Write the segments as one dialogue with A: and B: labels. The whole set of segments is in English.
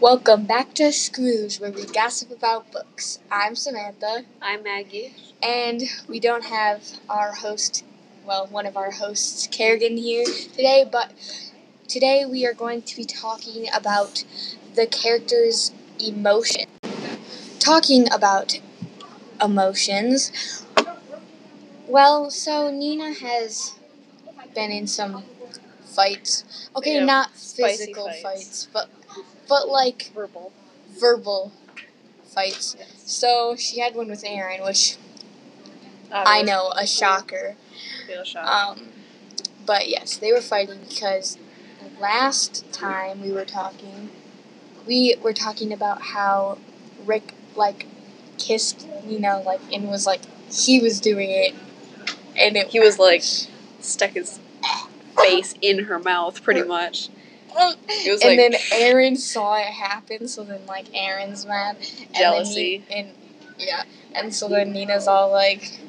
A: Welcome back to Screws, where we gossip about books. I'm Samantha,
B: I'm Maggie.
A: and we don't have our host, well, one of our hosts, Kerrigan, here today, but today we are going to be talking about the character's emotion. Talking about emotions, well, so Nina has been in some fights. Okay,
B: Yeah,
A: not
B: spicy
A: physical
B: fights.
A: fights, but but like
B: Verbal.
A: verbal fights.
B: Yes.
A: So she had one with Aaron, which I know a shocker.
B: Feel shocked.
A: Um, but yes, they were fighting because last time we were talking, we were talking about how Rick like kissed Nina like and was like he was doing it, and it
B: he was like stuck his face in her mouth, pretty much. It was
A: and
B: like
A: then Aaron saw it happen, so then like Aaron's mad. And
B: Jealousy.
A: Then Ni- and yeah, and so then Nina's all like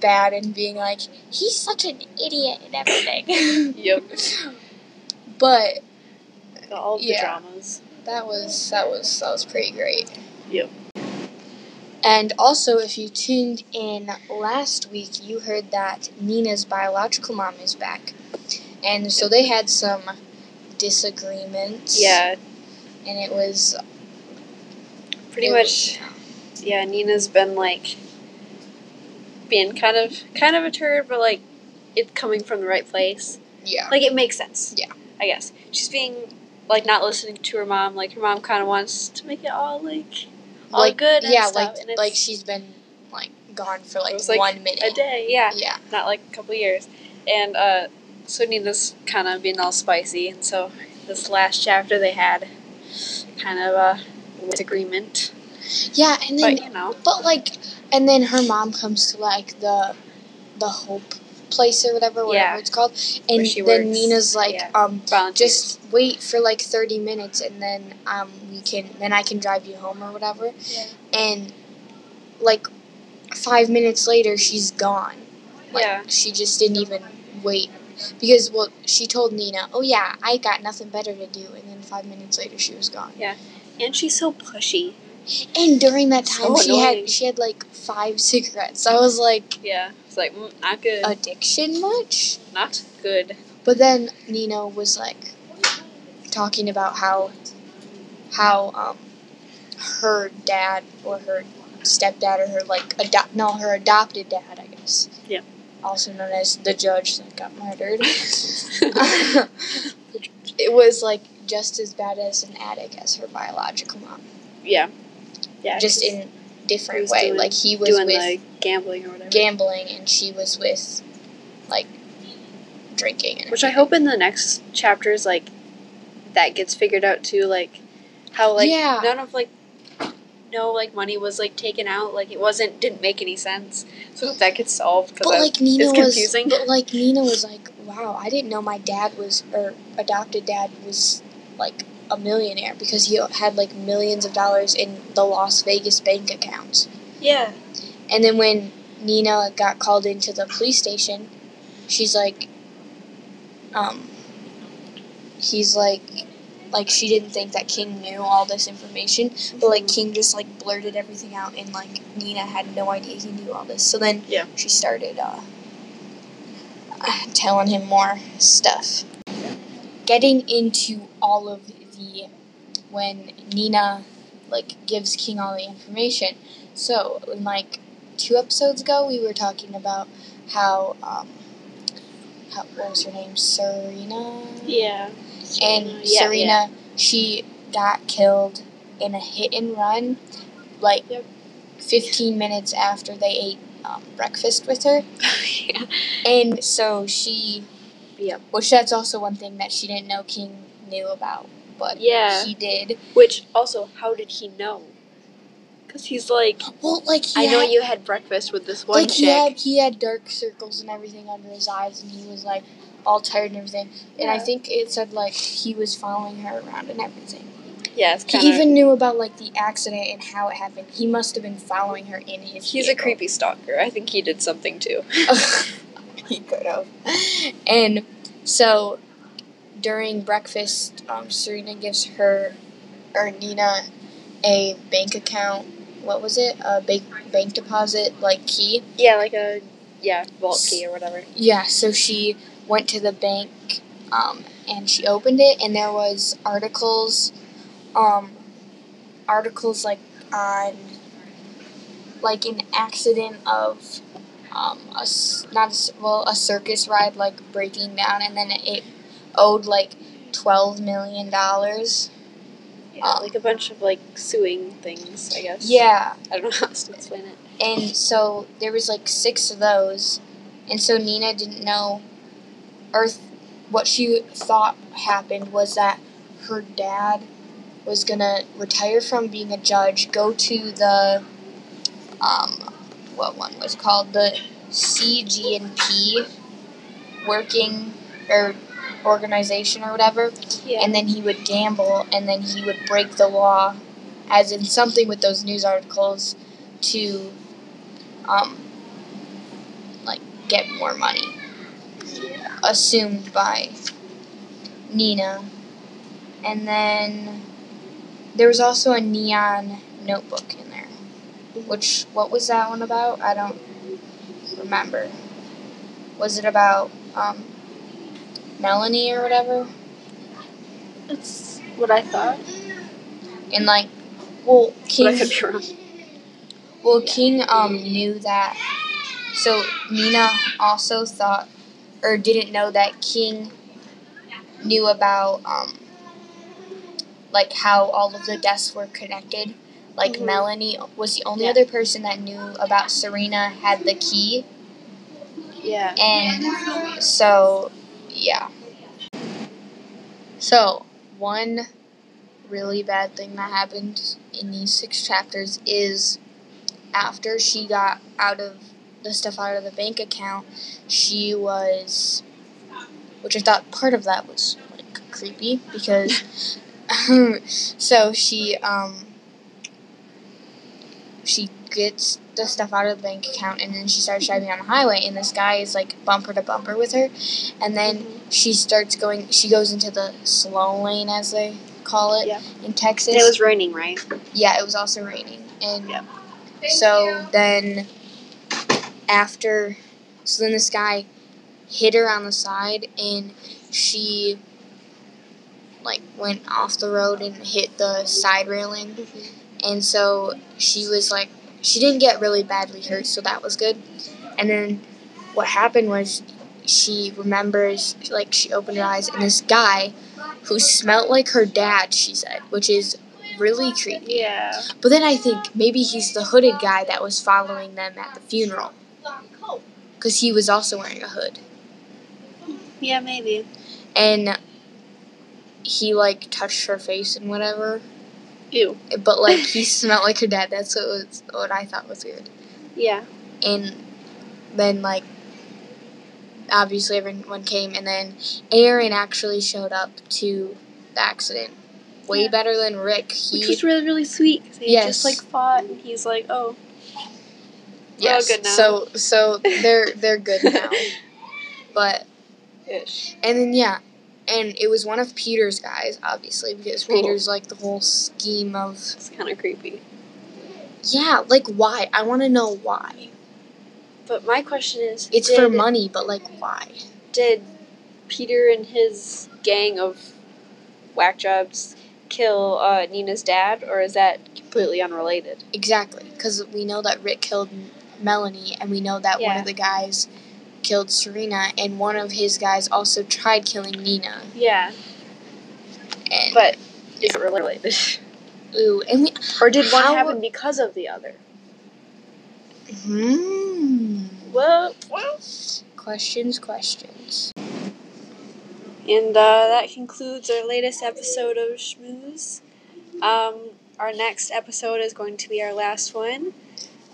A: bad and being like, he's such an idiot and everything.
B: yep,
A: but
B: all of the
A: Yeah.
B: dramas.
A: that was that was that was pretty great.
B: Yep.
A: And also, if you tuned in last week, you heard that Nina's biological mom is back, and so they had some disagreements.
B: Yeah,
A: And it was
B: pretty
A: it
B: much. Yeah, Nina's been like being kind of kind of a turd, but like it's coming from the right place.
A: Yeah.
B: Like it makes sense.
A: Yeah.
B: I guess she's being like not listening to her mom. Like her mom kind of wants to make it all like all
A: Like,
B: good. And
A: yeah,
B: stuff,
A: like
B: and it's
A: like she's been like gone for like,
B: was, like,
A: one minute.
B: a day. Yeah.
A: Yeah.
B: not like a couple years. And uh, so Nina's kind of being all spicy, and so this last chapter they had kind of a disagreement.
A: Yeah, and then
B: But you know,
A: but, like and then her mom comes to like the the hope place or whatever, whatever
B: Yeah.
A: it's called. And
B: Where she
A: then
B: works.
A: Nina's like,
B: Yeah.
A: um
B: volunteers.
A: just wait for like thirty minutes and then um we can then I can drive you home or whatever.
B: Yeah.
A: And like five minutes later she's gone. Like,
B: yeah,
A: She just didn't even wait. Because, well, she told Nina, oh, yeah, I got nothing better to do. And then five minutes later, she was gone.
B: and she's so pushy.
A: And during that time,
B: So
A: she
B: annoying.
A: had she had like five cigarettes. I was like,
B: Yeah, it's like mm, not good,
A: Uh, addiction much?
B: not good.
A: But then Nina was like talking about how how um her dad or her stepdad or her like adopt no her adopted dad I guess
B: Yeah.
A: also known as the judge that got murdered uh, it was like just as bad as an addict as her biological mom
B: yeah, yeah,
A: just
B: she's
A: in
B: he
A: different
B: was
A: way
B: doing-
A: like he was
B: doing
A: with
B: like gambling or whatever.
A: gambling and she was with like drinking and
B: Which I hope in the next chapters, like that gets figured out too, like how like
A: Yeah.
B: none of like no like money was like taken out, like it wasn't didn't make any sense. So that gets solved because
A: but like Nina
B: it's
A: was
B: confusing.
A: but like Nina was like wow I didn't know my dad was or adopted dad was like a millionaire because he had like millions of dollars in the Las Vegas bank accounts
B: yeah,
A: and then when Nina got called into the police station she's like um he's like like she didn't think that King knew all this information But like King just like blurted everything out, and like Nina had no idea he knew all this. So then
B: Yeah.
A: she started uh, uh, telling him more stuff. Getting into all of the when Nina like gives King all the information. So in like two episodes ago, we were talking about how um, how what was her name Serena?
B: yeah,
A: and
B: yeah, yeah.
A: Serena, she got killed in a hit and run, like
B: Yep.
A: 15 minutes after they ate um, breakfast with her.
B: yeah,
A: And so she,
B: Yep.
A: which that's also one thing that she didn't know King knew about, but
B: Yeah.
A: he did.
B: Which also, how did he know? Because he's like,
A: Well, like he
B: I know
A: had-
B: you had breakfast with this one
A: like
B: chick.
A: he had he had dark circles and everything under his eyes, and he was like all tired and everything. And I
B: Yeah.
A: think it said like he was following her around and everything.
B: yeah, it's
A: He
B: kind of.
A: even knew about like the accident and how it happened. He must have been following her in his.
B: He's a
A: vehicle.
B: creepy stalker. I think he did something too.
A: he could have. And so, during breakfast, um, Serena gives her or Nina a bank account. What was it? A bank bank deposit like key.
B: Yeah, like a yeah vault key or whatever.
A: Yeah. So she went to the bank, um, and she opened it, and there was articles, um, articles like on like an accident of um, a s- not a, s- well a circus ride like breaking down, and then it owed like twelve million dollars.
B: Yeah,
A: Um,
B: like a bunch of like suing things, I guess.
A: Yeah,
B: I don't know how else to explain it.
A: and so there was like six of those, and so Nina didn't know, or th- what she thought happened was that her dad was gonna retire from being a judge, go to the, um, what one was called the CGNP, working or organization or whatever,
B: Yeah.
A: and then he would gamble and then he would break the law as in something with those news articles to um like get more money assumed by Nina and then there was also a neon notebook in there which what was that one about I don't remember was it about um Melanie or whatever
B: that's what I thought.
A: and like well
B: But
A: King
B: I could be wrong.
A: Well, King um knew that, so Nina also thought or didn't know that King knew about um like how all of the guests were connected. Like
B: Mhm.
A: Melanie was the only
B: Yeah.
A: other person that knew about Serena had the key,
B: Yeah.
A: and so yeah. So one really bad thing that happened in these six chapters is after she got out of the stuff out of the bank account, she was, which I thought part of that was like creepy because, so she um, she gets the stuff out of the bank account and then she starts driving on the highway and this guy is like bumper to bumper with her, and then
B: Mm-hmm.
A: she starts going. She goes into the slow lane as they call it
B: Yeah.
A: in Texas.
B: And it was raining, right?
A: Yeah, it was also raining. And
B: Yep.
A: so then after so then this guy hit her on the side and she like went off the road and hit the side railing and so she was like she didn't get really badly hurt so that was good and then what happened was she remembers like she opened her eyes and this guy who smelt like her dad she said which is really creepy
B: Yeah.
A: but then I think maybe he's the hooded guy that was following them at the funeral. Because he was also wearing a hood.
B: Yeah, maybe.
A: And he, like, touched her face and whatever.
B: Ew.
A: But, like, he smelled like her dad. That's what, was, what I thought was weird.
B: Yeah.
A: And then, like, obviously everyone came. And then Aaron actually showed up to the accident. Way
B: Yeah.
A: better than Rick. He,
B: Which was really, really sweet. 'cause They
A: Yes.
B: just like fought, and he's like, "Oh, we're all
A: yes.
B: good now.
A: So, so they're, they're good now. but
B: ish."
A: And then yeah, and it was one of Peter's guys, obviously, because
B: Cool.
A: Peter's like the whole scheme of
B: It's kind of creepy.
A: yeah, like why? I want to know why.
B: But my question is,
A: It's
B: did,
A: for money, but like why?
B: Did Peter and his gang of whack jobs kill uh, Nina's dad, or is that completely unrelated?
A: Exactly, because we know that Rick killed M- Melanie, and we know that one
B: Yeah.
A: of the guys killed Serena, and one of his guys also tried killing Nina.
B: Yeah,
A: And
B: but is it really related?
A: ooh, and we
B: or did one
A: How-
B: happen because of the other?
A: hmm.
B: Well,
A: questions, questions.
B: And uh, that concludes our latest episode of Schmooze. Um, our next episode is going to be our last one,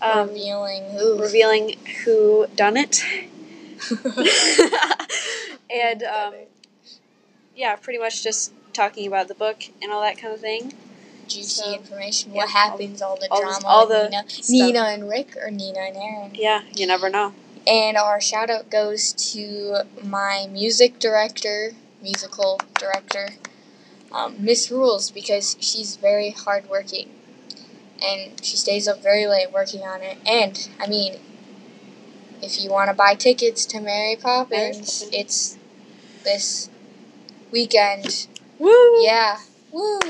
B: um,
A: Revealing who?
B: revealing who done it. and um, yeah, pretty much just talking about the book and all that kind of thing.
A: juicy
B: So,
A: information.
B: yeah,
A: What happens? All the
B: all
A: drama.
B: this- all
A: with
B: the
A: Nina,
B: stuff.
A: Nina and Rick, or Nina and Aaron.
B: Yeah, you never know.
A: And our shout out goes to my music director, musical director, um, misrules because she's very hardworking, and she stays up very late working on it. And I mean, if you want to buy tickets to Mary Poppins,
B: Poppins.
A: it's this weekend.
B: Woo!
A: Yeah, woo!